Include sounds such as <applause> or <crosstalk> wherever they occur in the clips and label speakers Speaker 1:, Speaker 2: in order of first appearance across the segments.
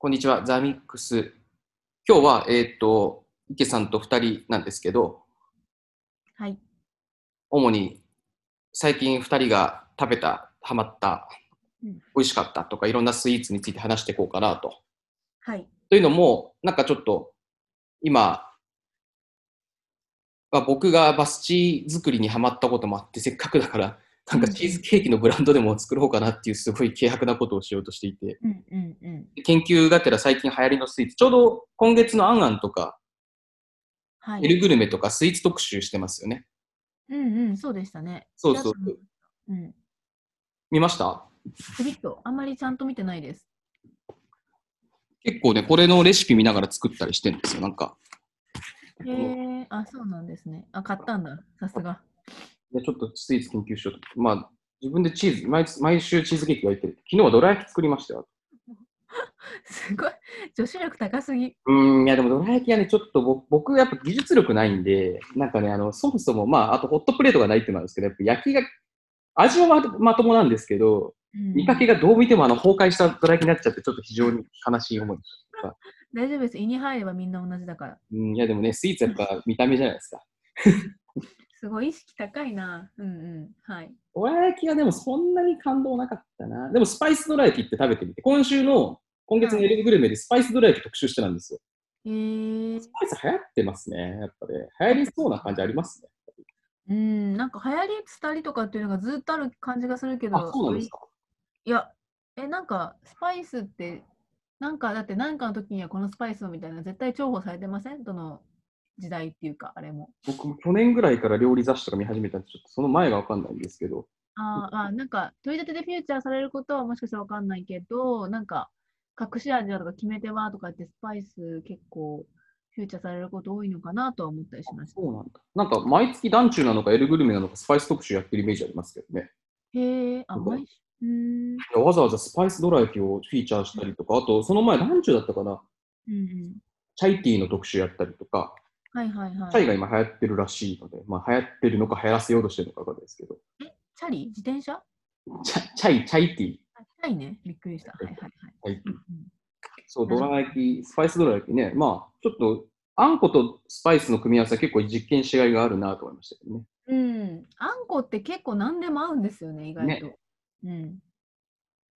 Speaker 1: こんにちは、ザミックス。今日は、えーっと、池さんと2人なんですけど、
Speaker 2: はい。
Speaker 1: 主に最近2人が食べた、ハマった
Speaker 2: うん、
Speaker 1: 美味しかったとか、いろんなスイーツについて話していこうかなと。
Speaker 2: はい。
Speaker 1: というのも、なんかちょっと、今、まあ、僕がバスチー作りにハマったこともあって、せっかくだから、なんかチーズケーキのブランドでも作ろうかなっていう、すごい軽薄なことをしようとしていて、
Speaker 2: うんうんうん。
Speaker 1: 研究がてら最近流行りのスイーツ、ちょうど今月のアンアンとか、
Speaker 2: は
Speaker 1: エル
Speaker 2: い。
Speaker 1: グルメとかスイーツ特集してますよね。
Speaker 2: うんうん、そうでしたね。
Speaker 1: そうそう
Speaker 2: ちらっと見ました。うん。
Speaker 1: 見ました
Speaker 2: ちびっと、あんまりちゃんと見てないです。
Speaker 1: 結構ね、これのレシピ見ながら作ったりしてるんですよ。なんか、
Speaker 2: へえ、あ、そうなんですね。あ、買ったんだ。さすが。 <laughs>
Speaker 1: でちょっとスイーツ研究しようと。まあ、自分でチーズ、毎毎週チーズケーキ焼いてる。昨日はどら焼き作りましたよ。
Speaker 2: すごい。女子力高すぎ。
Speaker 1: うーん、いやでもどら焼きはね、ちょっとぼ僕、やっぱ技術力ないんで、なんかね、あの、そもそも、まあ、あとホットプレートがないっていうのもあるんですけど、やっぱ焼きが、味はまとまともなんですけど、
Speaker 2: うん
Speaker 1: 見かけがどう見てもあの崩壊したどら焼きになっちゃって、ちょっと非常に悲しい思い。
Speaker 2: 大丈夫です。胃に入ればみんな同じだから。
Speaker 1: うん、いやでもね、スイーツやっぱ見た目じゃないですか。
Speaker 2: すごい意識高いな。うんうん。はい。
Speaker 1: どら焼きはでもそんなに感動なかったな。でもスパイスどら焼きって食べてみて、今週の、今月のエレグルメでスパイスどら焼き特集してたんですよ。
Speaker 2: へえ。
Speaker 1: スパイス流行ってますね。やっぱね、流行りそうな感じありますね。
Speaker 2: うん、なんか流行り廃りとかっていうのがずっとある感じがするけど、
Speaker 1: あ、そうなんですか。
Speaker 2: いや、え、なんか、スパイスって、なんか、だって、なんかの時にはこのスパイスをみたいな、絶対重宝されてませんどの時代っていうか、あれも。
Speaker 1: 僕、去年ぐらいから料理雑誌とか見始めたんで、ちょっとその前がわかんないんですけど、
Speaker 2: あーあー、なんか、取り立てでフューチャーされることはもしかしたらわかんないけど、なんか、隠し味だとか決め手はとかって、スパイス結構、フューチャーされること多いのかなとは思ったりしました。
Speaker 1: そうなんだ。なんか、毎月団中なのか、エルグルメなのか、スパイス特集やってるイメージありますけどね。
Speaker 2: へえ、あ、
Speaker 1: そうか
Speaker 2: 毎週。うーん。
Speaker 1: いやわざわざスパイスどら焼きをフィーチャーしたりとか、あと、その前、団中だったかな、
Speaker 2: うんうん。
Speaker 1: チャイティーの特集やったりとか、
Speaker 2: はいはいは
Speaker 1: チャイ
Speaker 2: い。
Speaker 1: が今流行ってるらしいので、まあ、流行ってるのか流行らせようとしてるのかわかんないですけど、
Speaker 2: チャリ自転車
Speaker 1: チャチャイ、チャイティー、チ
Speaker 2: あチャリね。びっくりした。はいはいはい。
Speaker 1: ャイティ
Speaker 2: う
Speaker 1: ー
Speaker 2: んうん
Speaker 1: そう、どら焼き、スパイスどら焼きね、まあ、ちょっと、あんことスパイスの組み合わせは結構実験しがいがあるなと思いましたけどね。
Speaker 2: うん、あんこって結構何でも合うんですよね、意外と。
Speaker 1: <laughs>
Speaker 2: うん。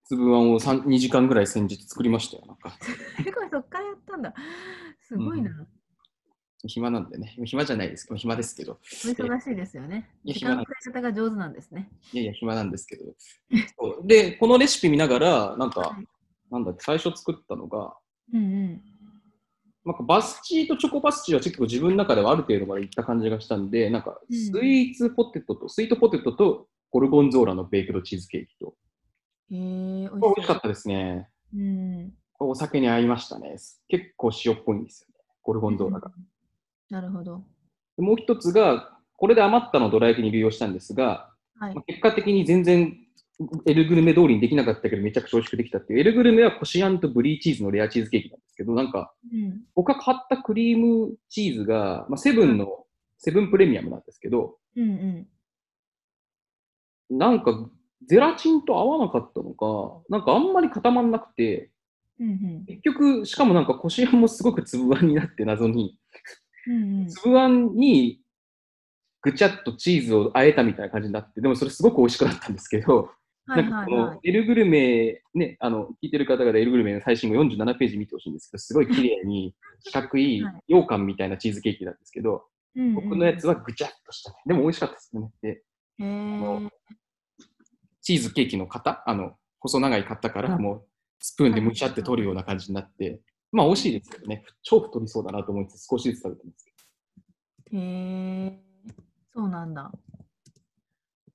Speaker 1: 粒あんを3 2時間ぐらい先日作りましたよ。なんか、
Speaker 2: すごい、そっからやったんだ。 <laughs> すごいな。
Speaker 1: 暇なんでね。暇じゃないですけど、暇ですけど。
Speaker 2: お忙しいですよね。
Speaker 1: いや
Speaker 2: 時
Speaker 1: 暇
Speaker 2: 間
Speaker 1: な
Speaker 2: の
Speaker 1: ん
Speaker 2: 使い方が上手なんですね。
Speaker 1: いやいや、暇なんですけど。そうで、このレシピ見ながら、なんか
Speaker 2: はい、
Speaker 1: なんだっけ、最初作ったのが、
Speaker 2: うんうん。
Speaker 1: なんかバスチーとチョコバスチーは結構自分の中ではある程度までいった感じがしたんで、なんか
Speaker 2: うん
Speaker 1: スイーツポテトと、スイートポテトとゴルゴンゾーラのベイクドチーズケーキと。
Speaker 2: へえ、
Speaker 1: これ
Speaker 2: おい
Speaker 1: 美味しかったですね。
Speaker 2: うん。
Speaker 1: これお酒に合いましたね。結構塩っぽいんですよね。ゴルゴンゾーラが。
Speaker 2: なるほど。
Speaker 1: でもう一つが、これで余ったのをどら焼きに流用したんですが、
Speaker 2: はい
Speaker 1: まあ。結果的に全然エルグルメ通りにできなかったけど、めちゃくちゃ美味しくできたっていう。エルグルメはコシアンとブリーチーズのレアチーズケーキなんですけど、なんか
Speaker 2: うん。
Speaker 1: 僕が買ったクリームチーズが、まあ、セブンの、セブンプレミアムなんですけど、
Speaker 2: うんうん。
Speaker 1: なんかゼラチンと合わなかったのか、なんかあんまり固まんなくて、
Speaker 2: うんうん。
Speaker 1: 結局、しかもなんかこしあんもすごく粒あんになって謎に、
Speaker 2: うんうん。
Speaker 1: 粒あんにぐちゃっとチーズをあえたみたいな感じになって、でもそれすごく美味しくなったんですけど、
Speaker 2: は
Speaker 1: な
Speaker 2: い
Speaker 1: んか
Speaker 2: はい
Speaker 1: こ
Speaker 2: は
Speaker 1: の
Speaker 2: い。
Speaker 1: エルグルメ、ね、あの、聞いてる方々エルグルメの最新号47ページ見てほしいんですけど、すごい綺麗に四角い
Speaker 2: はい
Speaker 1: 羊羹みたいなチーズケーキなんですけど、
Speaker 2: うんうん
Speaker 1: 僕のやつはぐちゃっとした、ね。でも美味しかったですね。で、
Speaker 2: へえ
Speaker 1: の。チーズケーキの型、あの、細長い型からもうスプーンでむしゃって取るような感じになって、まあ美味しいですけどね、超太りそうだなと思いつつ少しずつ食べてますけ
Speaker 2: へえ、そうなんだ。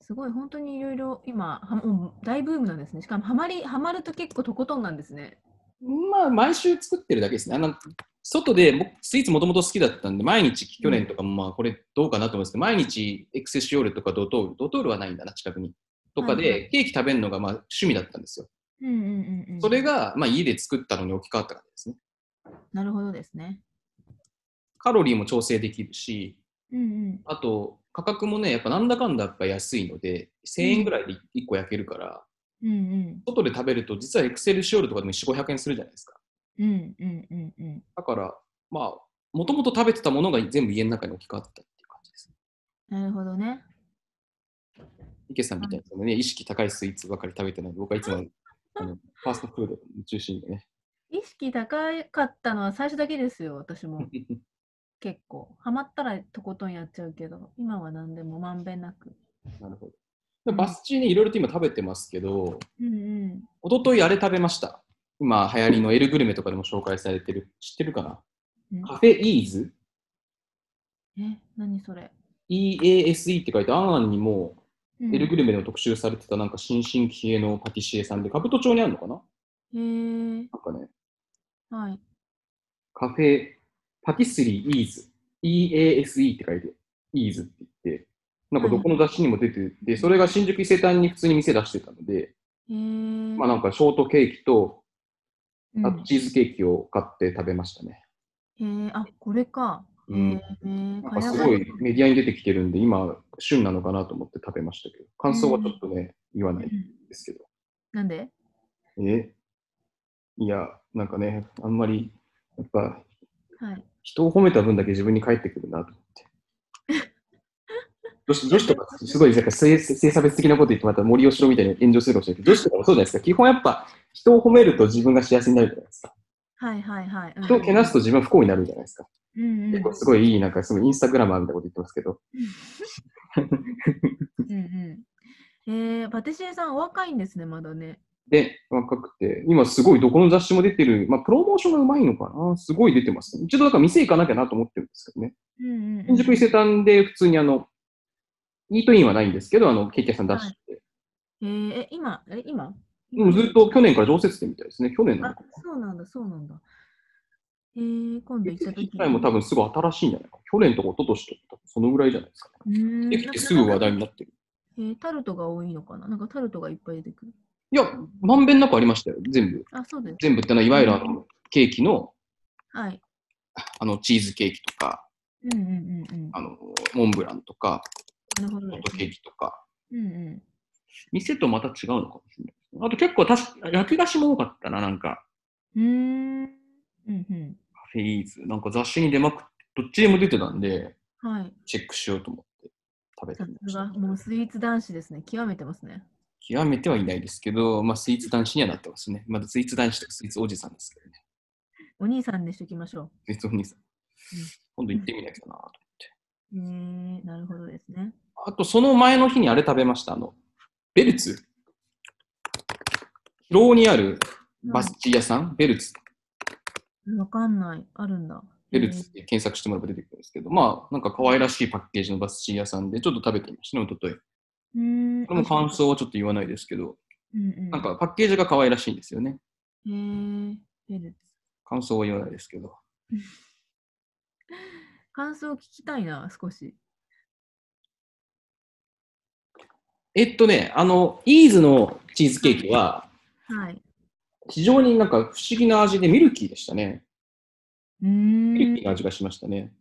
Speaker 2: すごい、本当にいろいろ今、はもう大ブームなんですね。しかも、ハマり、ハマると結構とことんなんですね。
Speaker 1: ど。まあ毎週作ってるだけですね。あの、外で僕スイーツもともと好きだったんで、毎日、去年とかもまあこれどうかなと思うんですけど、毎日エクセシオールとかドトール、ドトールはないんだな、近くに。とか
Speaker 2: はい
Speaker 1: でケーキ食べるのがまあ趣味だったんですよ。
Speaker 2: うんうんうんうん。
Speaker 1: それがまあ家で作ったのに置き換わったからですね。
Speaker 2: なるほどですね。
Speaker 1: カロリーも調整できるし、
Speaker 2: うん
Speaker 1: あと、価格もね、やっぱなんだかんだやっぱ安いので、1000円ぐらいで1個焼けるから、
Speaker 2: うん。うんうん。
Speaker 1: 外で食べると、実はエクセルシオールとかでも4、500円するじゃないですか。
Speaker 2: うんうんうんうん。
Speaker 1: だから、まあ、もともと食べてたものが全部家の中に置き換わってたっていう感じです。
Speaker 2: なるほどね。
Speaker 1: 池さんみたいにそのね、意識高いスイーツばかり食べてない僕はいつもあのファーストフード中心でね。 <laughs>
Speaker 2: 意識高かったのは最初だけですよ、私も。結構。ハマったらとことんやっちゃうけど、今は何でもまんべんなく。
Speaker 1: なるほど。でバス中にいろいろと今食べてますけど、
Speaker 2: うんうん。
Speaker 1: 一昨日あれ食べました。今流行りのエルグルメとかでも紹介されてる。知ってるかなカフェイーズ
Speaker 2: え、何それ。
Speaker 1: ?EASE って書いて、あんあんにも
Speaker 2: うん
Speaker 1: エルグルメの特集されてたなんか新進気鋭のパティシエさんで、兜町にあるのかな
Speaker 2: へー
Speaker 1: なんかね、
Speaker 2: はい。
Speaker 1: カフェ、パティスリーイーズ、EASE って書いて、イーズって言って、なんかどこの雑誌にも出てて、それが新宿伊勢丹に普通に店出してたので、
Speaker 2: へー
Speaker 1: まあなんかショートケーキと、
Speaker 2: うん
Speaker 1: あとチーズケーキを買って食べましたね。
Speaker 2: へーあ、これか。
Speaker 1: う
Speaker 2: へ
Speaker 1: ん。
Speaker 2: ー
Speaker 1: なんかすごいメディアに出てきてるんで、今、旬なのかなと思って食べましたけど、感想はちょっとね、言わ
Speaker 2: う
Speaker 1: ない
Speaker 2: ん
Speaker 1: ですけど。
Speaker 2: なんで
Speaker 1: えいや、なんかね、あんまり、やっぱ、
Speaker 2: はい。
Speaker 1: 人を褒めた分だけ自分に返ってくるなと思って。女子女子とか、すごいなんか性性差別的なこと言って、また森喜朗みたいに炎上するかもしれないけど、女子とかもそうじゃないですか。基本やっぱ、人を褒めると自分が幸せになるじゃないですか。
Speaker 2: はいはいはい。
Speaker 1: 人をけなすと自分は不幸になるじゃないですか。
Speaker 2: うんうん。
Speaker 1: 結構すごいいい、なんかすごいインスタグラマーみたいなこと言ってますけど、
Speaker 2: うんうん。えー、パティシエさんお若いんですね、まだね。
Speaker 1: で、若くて、今すごいどこの雑誌も出てる、まあ、プロモーションがうまいのかな、すごい出てます、ね。一度だから店行かなきゃなと思ってるんですけどね。
Speaker 2: うんうん、う
Speaker 1: 新宿伊
Speaker 2: ん。
Speaker 1: 勢丹で普通にあの、イートインはないんですけど、あの、ケーキ屋さん出して、
Speaker 2: えー、え今、え、今
Speaker 1: もうずっと去年から常設店みたいですね。去年なの
Speaker 2: あ
Speaker 1: か、
Speaker 2: そうなんだ、そうなんだ。えー、今度行った
Speaker 1: な。
Speaker 2: 時
Speaker 1: 機械も多分すぐ新しいんじゃないか。去年とか一昨年とか多分そのぐらいじゃないですか。
Speaker 2: うーん
Speaker 1: できてすぐ話題になってる。
Speaker 2: えータルトが多いのかななんかタルトがいっぱい出てくる。
Speaker 1: いや、まんべんなくありましたよ。全部。
Speaker 2: あ、そうです。
Speaker 1: 全部ってのは、いわゆるあの、ケーキの、
Speaker 2: はい。
Speaker 1: あの、チーズケーキとか、
Speaker 2: うんうんうんうん。
Speaker 1: あの、モンブランとか、
Speaker 2: なるほど
Speaker 1: ホ
Speaker 2: で
Speaker 1: ット
Speaker 2: す
Speaker 1: ケー
Speaker 2: ね。
Speaker 1: キとか、
Speaker 2: うんうん。
Speaker 1: 店とまた違うのかもしれない。あと結構たし、焼き菓子も多かったな、なんか、
Speaker 2: うーん。うん
Speaker 1: カフェイーズ。なんか雑誌に出まくって、どっちでも出てたんで、
Speaker 2: うん。はい。
Speaker 1: チェックしようと思って食べて
Speaker 2: さ
Speaker 1: みますした
Speaker 2: が、もうスイーツ男子ですね。極めてますね。
Speaker 1: 極めてはいないですけど、まあ、スイーツ男子にはなってますね。まだスイーツ男子とかスイーツおじさんですけどね。
Speaker 2: お兄さんにしときましょ
Speaker 1: スイーツお兄さん。今度行ってみなきゃなと。
Speaker 2: う。えー、なるほどですね。
Speaker 1: あと、その前の日にあれ食べました。あの、ベルツ。広尾にあるバスチー屋さん、ベルツ。
Speaker 2: うんわかんない。あるんだ。
Speaker 1: ベルツって検索してもらえば出てくるんですけど、まあ、なんか可愛らしいパッケージのバスチー屋さんで、ちょっと食べてみましたね、おととい。
Speaker 2: えー。うーん。
Speaker 1: これも感想はちょっと言わないですけど、
Speaker 2: うんうん。
Speaker 1: なんかパッケージが可愛らしいんですよね。
Speaker 2: えー、ベルツ。
Speaker 1: 感想は言わないですけど。
Speaker 2: 感想を聞きたいな、少し。
Speaker 1: えっとね、あの、イーズのチーズケーキは、
Speaker 2: はい。
Speaker 1: 非常になんか不思議な味でミルキーでしたね。
Speaker 2: うーん。
Speaker 1: ミルキーな味がしましたね。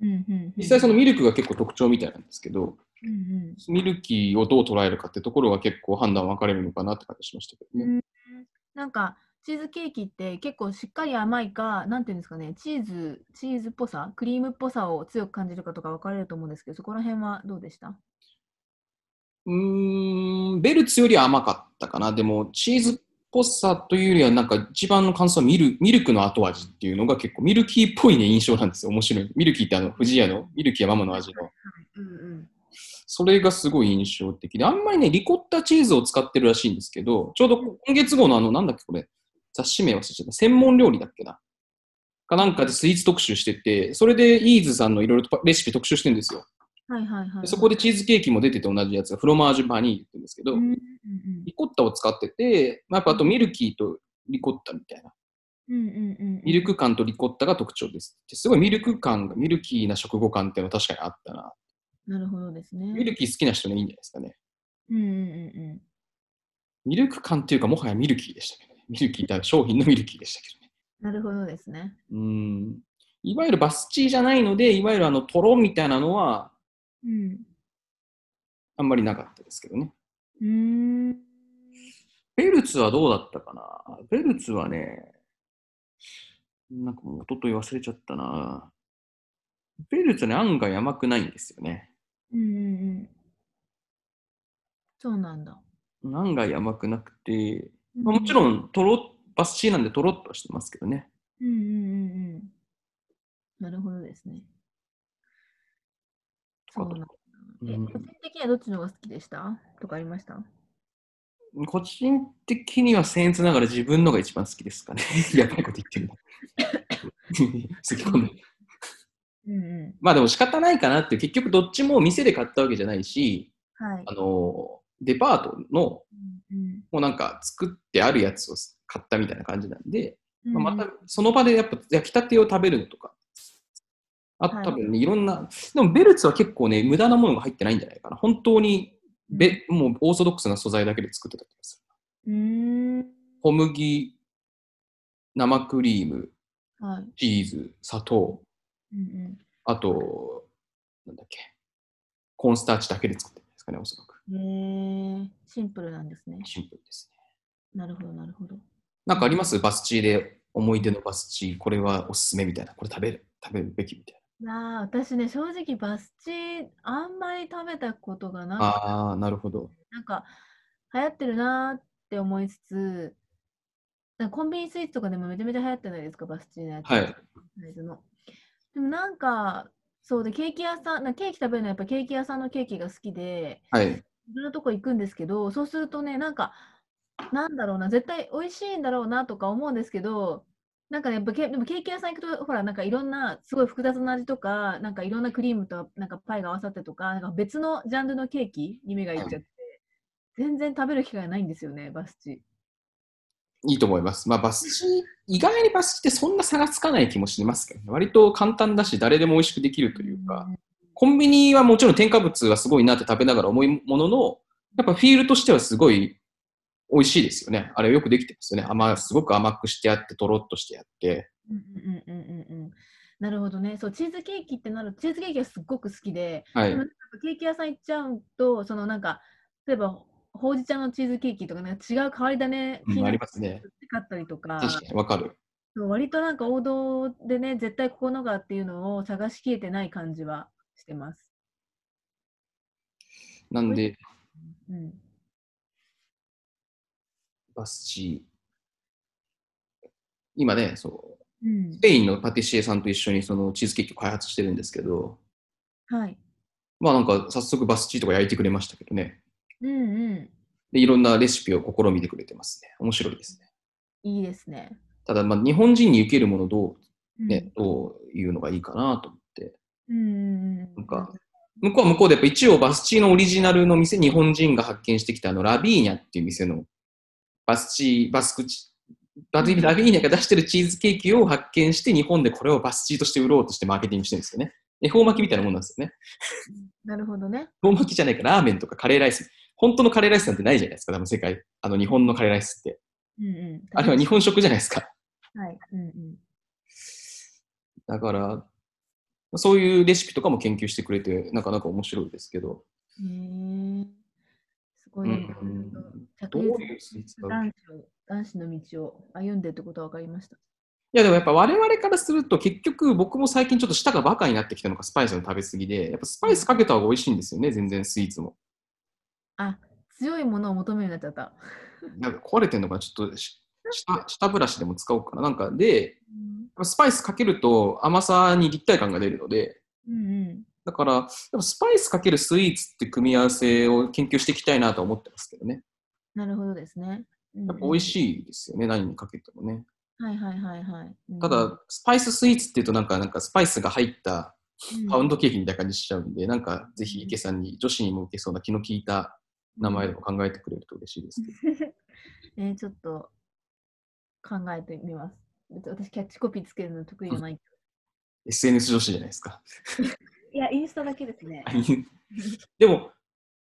Speaker 2: うんうんうん
Speaker 1: 実際そのミルクが結構特徴みたいなんですけど、
Speaker 2: うん
Speaker 1: ミルキーをどう捉えるかってところは結構判断分かれるのかなって感じしましたけど
Speaker 2: うん
Speaker 1: ね。
Speaker 2: なんかチーズケーキって結構しっかり甘いか、なんていうんですかね、チーズ、チーズっぽさ、クリームっぽさを強く感じるかとか分かれると思うんですけど、そこら辺はどうでした
Speaker 1: うーん、ベルツよりは甘かったかな。でも、チーズっぽさというよりはなんか一番の感想はミルミルクの後味っていうのが結構ミルキーっぽいね印象なんですよ。面白い。ミルキーってあの、藤屋のミルキーやママの味の。
Speaker 2: うんうん。
Speaker 1: それがすごい印象的で、あんまりね、リコッタチーズを使ってるらしいんですけど、ちょうど今月号のあの、なんだっけこれ、雑誌名忘れちゃった、専門料理だっけな。かなんかでスイーツ特集してて、それでイーズさんのいろいろとレシピ特集してるんですよ。
Speaker 2: はいはいはい。
Speaker 1: でそこ
Speaker 2: で、
Speaker 1: でチーズケーキも出てて同じやつが、フロマージュバニーって言うんですけど
Speaker 2: うん、うん
Speaker 1: リコッタを使ってて、まあ、やっぱあとミルキーとリコッタみたいな。
Speaker 2: うんうんうんうん。
Speaker 1: ミルク感とリコッタが特徴です。ですごいミルク感が、ミルキーな食後感っていうのは確かにあったな。
Speaker 2: なるほどですね。
Speaker 1: ミルキー好きな人にはいいんじゃないですかね。
Speaker 2: うんうんうんうん。
Speaker 1: ミルク感っていうか、もはやミルキーでしたけどね。ミルキーって商品のミルキーでしたけどね。
Speaker 2: なるほどですね。
Speaker 1: うん。いわゆるバスチーじゃないので、いわゆるあの、とろみたいなのは、
Speaker 2: うん。
Speaker 1: あんまりなかったですけどね。
Speaker 2: うーん。
Speaker 1: ベルツはどうだったかなベルツはね、なんかもう一昨日忘れちゃったな。ベルツね、案外甘くないんですよね。
Speaker 2: うんうんうん。そうなんだ。
Speaker 1: 案外甘くなくて、
Speaker 2: う
Speaker 1: まあもちろん、とろ、バスチーなんでとろっとしてますけどね。
Speaker 2: うんうんうんうん。なるほどですね。
Speaker 1: と
Speaker 2: そ
Speaker 1: か
Speaker 2: う
Speaker 1: と
Speaker 2: なんだ
Speaker 1: か。うん
Speaker 2: え個人的にはどっちの方が好きでしたとかありました
Speaker 1: 個人的には僭越ながら自分のが一番好きです
Speaker 2: <laughs>
Speaker 1: かね。やばいこと言ってるな。咳込んで
Speaker 2: うんう
Speaker 1: まあでも仕方ないかなっていう、結局どっちも店で買ったわけじゃないし、
Speaker 2: ん。はい
Speaker 1: あ。の、デパートの、
Speaker 2: うん
Speaker 1: もうなんか作ってあるやつを買ったみたいな感じなんで、
Speaker 2: うん
Speaker 1: まあま
Speaker 2: うん
Speaker 1: たその場でやっぱ焼きたてを食べるのとか、あと
Speaker 2: はい
Speaker 1: 多分ね、いろんな、でもベルツは結構ね、無駄なものが入ってないんじゃないかな。本当にべ、もうオーソドックスな素材だけで作ってた気がする。
Speaker 2: うん。う
Speaker 1: 小麦、生クリーム、
Speaker 2: ーんはい。
Speaker 1: チーズ、砂糖、
Speaker 2: うん
Speaker 1: あと、なんだっけ、コーンスターチだけで作ってるんですかね、おそらく。
Speaker 2: うん。へえ、シンプルなんですね。
Speaker 1: シンプルですね。
Speaker 2: なるほど、なるほど。
Speaker 1: なんかありますバスチーで思い出のバスチー、これはおすすめみたいな、これ食べる、食べるべきみたい
Speaker 2: なあ、私ね、正直バスチーあんまり食べたことが
Speaker 1: な。
Speaker 2: なくて
Speaker 1: ああー、なるほど。
Speaker 2: なんか流行ってるなーって思いつつ、なんかコンビニスイーツとかでもめちゃめちゃ流行ってないですか、バスチーのやつ。
Speaker 1: はい。
Speaker 2: サイズの。でもなんか、そうで、ケーキ屋さん、なんかケーキ食べるのはやっぱケーキ屋さんのケーキが好きで、
Speaker 1: はい。
Speaker 2: いろんなとこ行くんですけど、そうするとね、なんか、なんだろうな、絶対美味しいんだろうなとか思うんですけど、なんかやっぱケでもケーキ屋さん行くと、ほら、なんかいろんなすごい複雑な味とか、なんかいろんなクリームとなんかパイが合わさってとか、なんか別のジャンルのケーキに目がいっちゃって、全然食べる機会がないんですよね、バスチ。
Speaker 1: いいと思います。まあ、バスチー、意外にバスチーってそんな差がつかない気もしますけどね、割と簡単だし、誰でも美味しくできるというか、コンビニはもちろん添加物はすごいなって食べながら思いものの、やっぱフィールとしてはすごい美味しいですよね。あれよくできてますよね。甘すごく甘くしてあって、とろっとしてあって。
Speaker 2: うんうんうんうんうんうん。なるほどね。そう、チーズケーキってなると、チーズケーキがすっごく好きで、
Speaker 1: は
Speaker 2: で
Speaker 1: い
Speaker 2: も。ケーキ屋さん行っちゃうと、そのなんか、例えば、ほうじ茶のチーズケーキとか、なんか違う変わりだね、
Speaker 1: うん
Speaker 2: 気にな
Speaker 1: あ
Speaker 2: っ
Speaker 1: り
Speaker 2: て
Speaker 1: ますね。
Speaker 2: 買ったりとか、
Speaker 1: 確かに、わかる。
Speaker 2: そう割となんか王道でね、絶対ここのがっていうのを探しきれてない感じはしてます。
Speaker 1: なんで、
Speaker 2: うん。
Speaker 1: バスチー。今ね、そう、
Speaker 2: うん
Speaker 1: ス、ペインのパティシエさんと一緒にそのチーズケーキを開発してるんですけど、
Speaker 2: はい。
Speaker 1: まあなんか早速バスチーとか焼いてくれましたけどね。
Speaker 2: うんう
Speaker 1: で、いろんなレシピを試みてくれてますね。面白いですね。
Speaker 2: ん。いいですね。
Speaker 1: ただ、まあ日本人に受けるものどう
Speaker 2: うん
Speaker 1: ね、どういうのがいいかなと思って。
Speaker 2: うんうんうん。
Speaker 1: なんか向こうは向こうでやっぱ一応バスチーのオリジナルの店、日本人が発見してきたあのラビーニャっていう店のバスチー、バスクチ、バビラビーニャが出してるチーズケーキを発見して日本でこれをバスチーとして売ろうとしてマーケティングしてるんですよね。恵方巻きみたいなもんなんですよね。
Speaker 2: なるほどね。
Speaker 1: 恵方巻きじゃないか、ラーメンとかカレーライス。本当のカレーライスなんてないじゃないですか、多分世界。あの日本のカレーライスって。
Speaker 2: うんうん。
Speaker 1: あれは日本食じゃないですか。
Speaker 2: はい。うんうん。
Speaker 1: だから、そういうレシピとかも研究してくれて、なかなか面白いですけど。
Speaker 2: へーすご
Speaker 1: う
Speaker 2: いね。
Speaker 1: ん
Speaker 2: 着
Speaker 1: どう
Speaker 2: 実
Speaker 1: いうスイーツだろう
Speaker 2: 男子を男子の道を歩んでってことは分かりました。
Speaker 1: いやでもやっぱ我々からすると結局僕も最近ちょっと舌がバカになってきたのかスパイスの食べ過ぎでやっぱスパイスかけた方が美味しいんですよね全然スイーツも
Speaker 2: あ強いものを求めるようになっちゃった。
Speaker 1: なんか壊れてんのかなちょっとし舌舌ブラシでも使おうかななんかでやっぱスパイスかけると甘さに立体感が出るので
Speaker 2: うんうん。
Speaker 1: だからやっぱスパイスかけるスイーツって組み合わせを研究していきたいなとは思ってますけどね
Speaker 2: なるほどですね。
Speaker 1: やっぱ美味
Speaker 2: い。
Speaker 1: しいですよね何にかけてもね
Speaker 2: はいはいはいはい。うん
Speaker 1: ただスパイススイーツっていうとなんかなんかスパイスが入ったパウンドケーキみたいな感じしちゃうんで、なんかぜひ池さんに女子にも受けそうな気の利いた名前でも考えてくれると嬉しいですけど。
Speaker 2: <laughs> うんえーちょっと考えてみます。別に私キャッチコピーつけるの得意じゃない。
Speaker 1: SNS 女子じゃないです <laughs> か。
Speaker 2: いや、インスタだけですね。
Speaker 1: でも、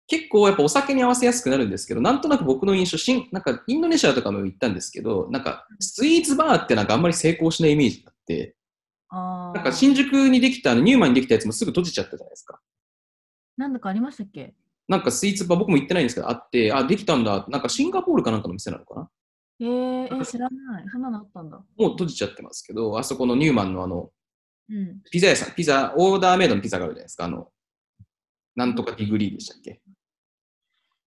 Speaker 1: 結構やっぱお酒に合わせやすくなるんですけど、なんとなく僕の印象、新なんかインドネシアとかも行ったんですけど、なんかスイーツバーってなんかあんまり成功しないイメージがあって、
Speaker 2: あ
Speaker 1: なんか
Speaker 2: ー
Speaker 1: 新宿にできた、あのニューマンにできたやつもすぐ閉じちゃったじゃないですか。
Speaker 2: なんだかありましたっけ
Speaker 1: なんかスイーツバー、僕も行ってないんですけど、あって、あ、できたんだ、なんかシンガポールかなんかの店なのかな
Speaker 2: えー、えー知らない。そんなのあったんだ。
Speaker 1: もう閉じちゃってますけど、あそこのニューマンのあの、
Speaker 2: うん。
Speaker 1: ピザ屋さん、ピザ、オーダーメイドのピザがあるじゃないですか、あの、なんとかディグリーでしたっけ。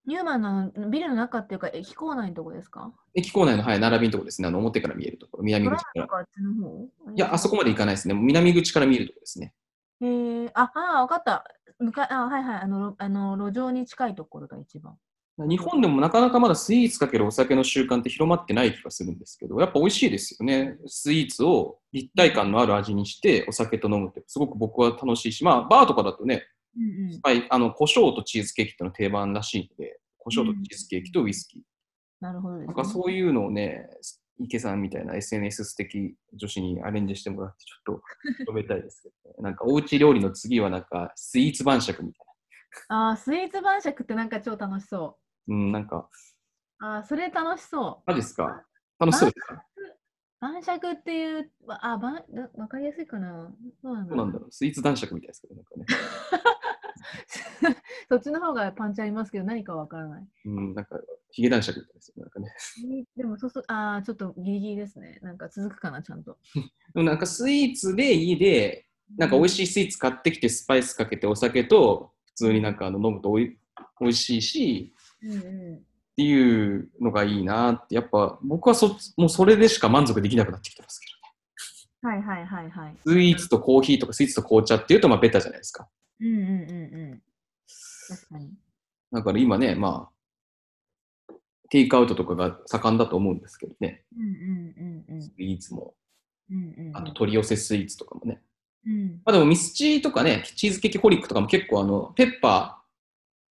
Speaker 2: ニューマンのあのビルの中っていうか、駅構内のとこですか
Speaker 1: 駅構内の、はい、並びのところですね、あの表から見えるところ、南
Speaker 2: ト
Speaker 1: 口
Speaker 2: ラ
Speaker 1: か
Speaker 2: ム
Speaker 1: ら
Speaker 2: と。かあっちの方
Speaker 1: いや、あそこま
Speaker 2: で。
Speaker 1: で行かないですね、南口から見えるところですね。
Speaker 2: えー、あ、あー、わかった。向かあはいはいあの、ろあの、路上に近いところが一番。
Speaker 1: 日本でもなかなかまだスイーツかけるお酒の習慣って広まってない気がするんですけど、やっぱ美味しいですよね。スイーツを立体感のある味にしてお酒と飲むって、すごく僕は楽しいし、まあ、バーとかだとね、
Speaker 2: うんうん。
Speaker 1: はい、あの、胡椒とチーズケーキってのが定番らしいので、胡椒とチーズケーキとウイスキー。
Speaker 2: なるほどです、
Speaker 1: な
Speaker 2: ね。
Speaker 1: んかそういうのをね、池さんみたいな SNS 素敵女子にアレンジしてもらって、ちょっと止めたいですけどね。なんかおうち料理の次はなんかスイーツ晩酌みたい
Speaker 2: あースイーツ晩酌ってなんか超楽しそ
Speaker 1: な。うん、なんか、
Speaker 2: う。あーそれ楽しそう。
Speaker 1: あれですか楽しそうですか
Speaker 2: 晩酌っていう、わあ、晩、なわかりやすいかな。そうなん
Speaker 1: ど
Speaker 2: だ。
Speaker 1: うなんだろうスイーツ男爵みたいですけど、なんかね。
Speaker 2: <laughs> そっちの方がパンチありますけど、何かわからない。
Speaker 1: うん、なんか、ヒゲ男爵みたいですよ、なんかね。
Speaker 2: でも、そうそう、ああ、ちょっとギリギリですね。なんか続くかな、ちゃんと。
Speaker 1: でもなんかスイーツで家で、なんか美味しいスイーツ買ってきてスパイスかけてお酒と、普通になんかあの飲むとおい美味しいし、
Speaker 2: うんう
Speaker 1: っていうのがいいなって、やっぱ僕はそっちもうそれでしか満足できなくなってきてますけ
Speaker 2: ん。はいはいはいはい。
Speaker 1: ど。スイーツとコーヒーとかスイーツと紅茶っていうとまあベタじゃないですか。
Speaker 2: うんうんうんうん。確かに。
Speaker 1: だから今ね、まあ、テイクアウトとかが盛んだと思うんですけどね、
Speaker 2: うんうんうんうん。
Speaker 1: スイーツも、
Speaker 2: うんうんうん。
Speaker 1: あと取り寄せスイーツとかもね。
Speaker 2: うん。
Speaker 1: まあでもミスチーとかね、チーズケーキホリックとかも結構あの、ペッパ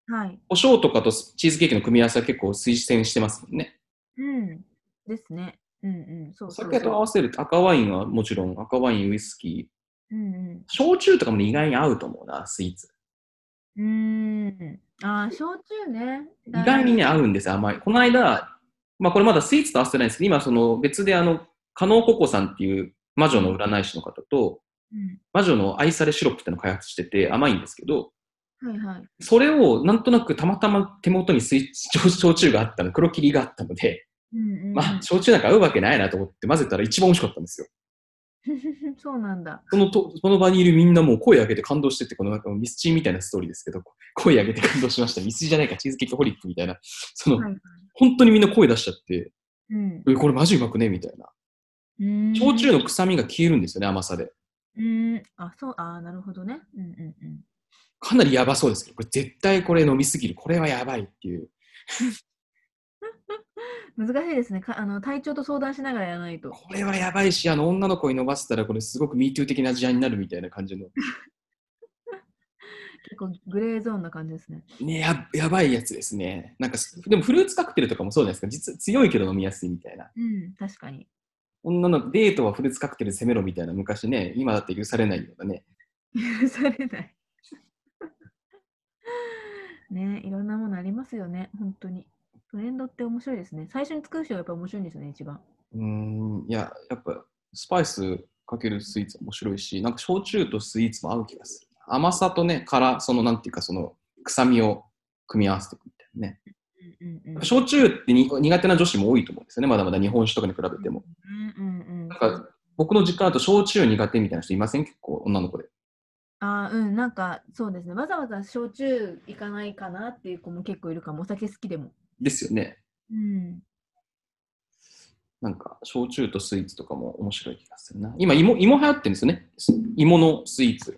Speaker 2: はい
Speaker 1: ー、。胡椒とかとチーズケーキの組み合わせは結構推薦してますもんね。
Speaker 2: うん。ですね。うんうん。そう
Speaker 1: お
Speaker 2: そう
Speaker 1: 酒と合
Speaker 2: そう。
Speaker 1: わせると赤ワインはもちろん、赤ワイン、ウイスキ
Speaker 2: うんうん。
Speaker 1: ー、焼酎とかもね意外に合うと思うな、スイーツ。
Speaker 2: うーん。ああ、焼酎ね。意
Speaker 1: 意外に
Speaker 2: ね。
Speaker 1: ね、合うんです、甘い。この間、まあこれまだスイーツと合わせてないんですけど、今その別であの、加納ココさんっていう魔女の占い師の方と、
Speaker 2: うん
Speaker 1: 魔女の愛されシロップってのを開発してて甘いんですけど、
Speaker 2: はいはい。
Speaker 1: それをなんとなくたまたま手元にスイ焼酎があったの、黒霧があったので、
Speaker 2: うんうんうん。
Speaker 1: まあ、焼酎なんか合うわけないなと思って混ぜたら一番美味しかったんですよ。
Speaker 2: <laughs> そうなんだ。
Speaker 1: そのとその場にいるみんなもう声上げて感動してって、このなんかミスチーみたいなストーリーですけど、こ声上げて感動しました。ミスチーじゃないか、チーズケーキホリックみたいな。その、
Speaker 2: はい
Speaker 1: 本当にみんな声出しちゃって、
Speaker 2: うん。
Speaker 1: え、これマジうまくねみたいな。
Speaker 2: うーん
Speaker 1: 焼酎の臭みが消えるんですよね、甘さで。
Speaker 2: うーん。あ、そう、ああ、なるほどね。うんうんうん。
Speaker 1: かなりやばそうですけど、これ絶対これ飲みすぎる。これはやばいっていう。
Speaker 2: 難しいですねかあの。体調と相談しながらやらないと。
Speaker 1: これはやばいし、あの、女の子に伸ばせたら、これすごく MeToo 的な事案になるみたいな感じの。
Speaker 2: 結構グレーゾーンな感じですね。
Speaker 1: ねや、やばいやつですね。なんかす、でもフルーツカクテルとかもそうじゃないですか。実は強いけど飲みやすいみたいな。
Speaker 2: うん、確かに。
Speaker 1: 女の子デートはフルーツカクテルで攻めろみたいな、昔ね、今だって許されないようなね。
Speaker 2: 許されない。 <laughs> ねいろんなものありますよね、本当に。トレンドって面白いですね。最初に作る人がやっぱ面白いんですよね、一番。
Speaker 1: うーん、いや、やっぱ、スパイスかけるスイーツ面白いし、なんか焼酎とスイーツも合う気がする。甘さとね、辛、そのなんていうか、その臭みを組み合わせていくみたいなね。
Speaker 2: うんうんうん。
Speaker 1: 焼酎ってに苦手な女子も多いと思うんですよね、まだまだ日本酒とかに比べても。
Speaker 2: うんうんうん
Speaker 1: なんか、僕の実家だと焼酎苦手みたいな人いません結構、女の子で。
Speaker 2: あーうん、なんかそうですね。わざわざ焼酎行かないかなっていう子も結構いるかも。お酒好きでも。
Speaker 1: ですよね。
Speaker 2: うん。
Speaker 1: なんか、焼酎とスイーツとかも面白い気がするな。今、芋、芋流行ってるんですよね。す芋のスイーツ。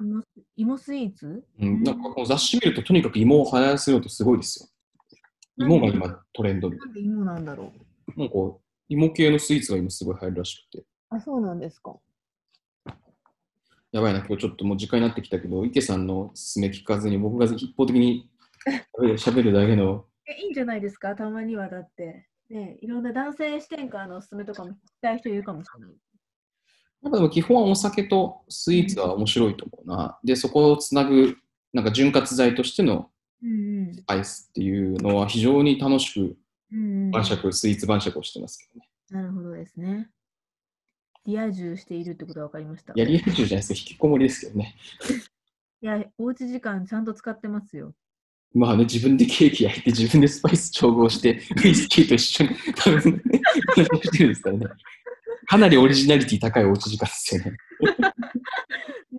Speaker 2: 芋芋スイーツ
Speaker 1: うん、なんか、この雑誌見ると、とにかく芋を流行らせようとすごいですよ。芋が今トレンドみたい
Speaker 2: なんで芋なんだろう
Speaker 1: な。なんか、芋系のスイーツが今すごい流行るらしくて。
Speaker 2: あ、そうなんですか。
Speaker 1: やばいな、今日ちょっともう時間になってきたけど、池さんのおすすめ聞かずに、僕が一方的に喋る喋るだけの。
Speaker 2: えいいんじゃないですか、たまにはだって。ねいろんな男性視点からのおすすめとかも聞きたい人いるかもしれない。
Speaker 1: やっぱでも基本はお酒とスイーツは面白いと思うな。で、そこをつなぐ、なんか潤滑剤としての
Speaker 2: うんうん。
Speaker 1: アイスっていうのは非常に楽しく
Speaker 2: うんうん、
Speaker 1: 晩酌、スイーツ晩酌をしてますけどね。
Speaker 2: なるほどですね。リア充しているってことが分かりました。
Speaker 1: やりやすいじゃないですか、引きこもりですけどね。
Speaker 2: いや、おうち時間ちゃんと使ってますよ。
Speaker 1: まあね、自分でケーキ焼いて、自分でスパイス調合して、ウイスキーと一緒に多分、ね、楽しみしてるんですからね。かなりオリジナリティ高いおうち時間ですよね。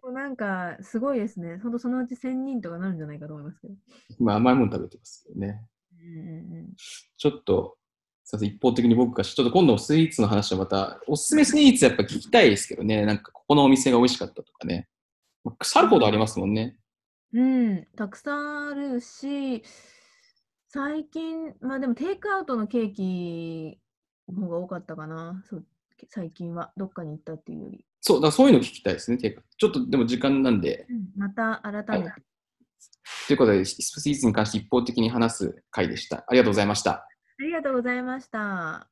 Speaker 2: もうなんか、すごいですね。ほんとそのうち1000人とかなるんじゃないかと思いますけど。
Speaker 1: まあ甘いもの食べてますけどね。
Speaker 2: うんうんうん
Speaker 1: ちょっと、すいません、一方的に僕が、ちょっと今度スイーツの話はまた、おすすめスイーツやっぱ聞きたいですけどね、なんかここのお店が美味しかったとかね。まあ腐るほどありますもんね。
Speaker 2: うん、たくさんあるし、最近、まあでもテイクアウトのケーキの方が多かったかな、そう最近は、どっかに行ったっていうより。
Speaker 1: そう、だからそういうの聞きたいですね。てかちょっとでも時間なんで。
Speaker 2: また改めて。
Speaker 1: ということで、スイーツに関して一方的に話す回でした。ありがとうございました。
Speaker 2: ありがとうございました。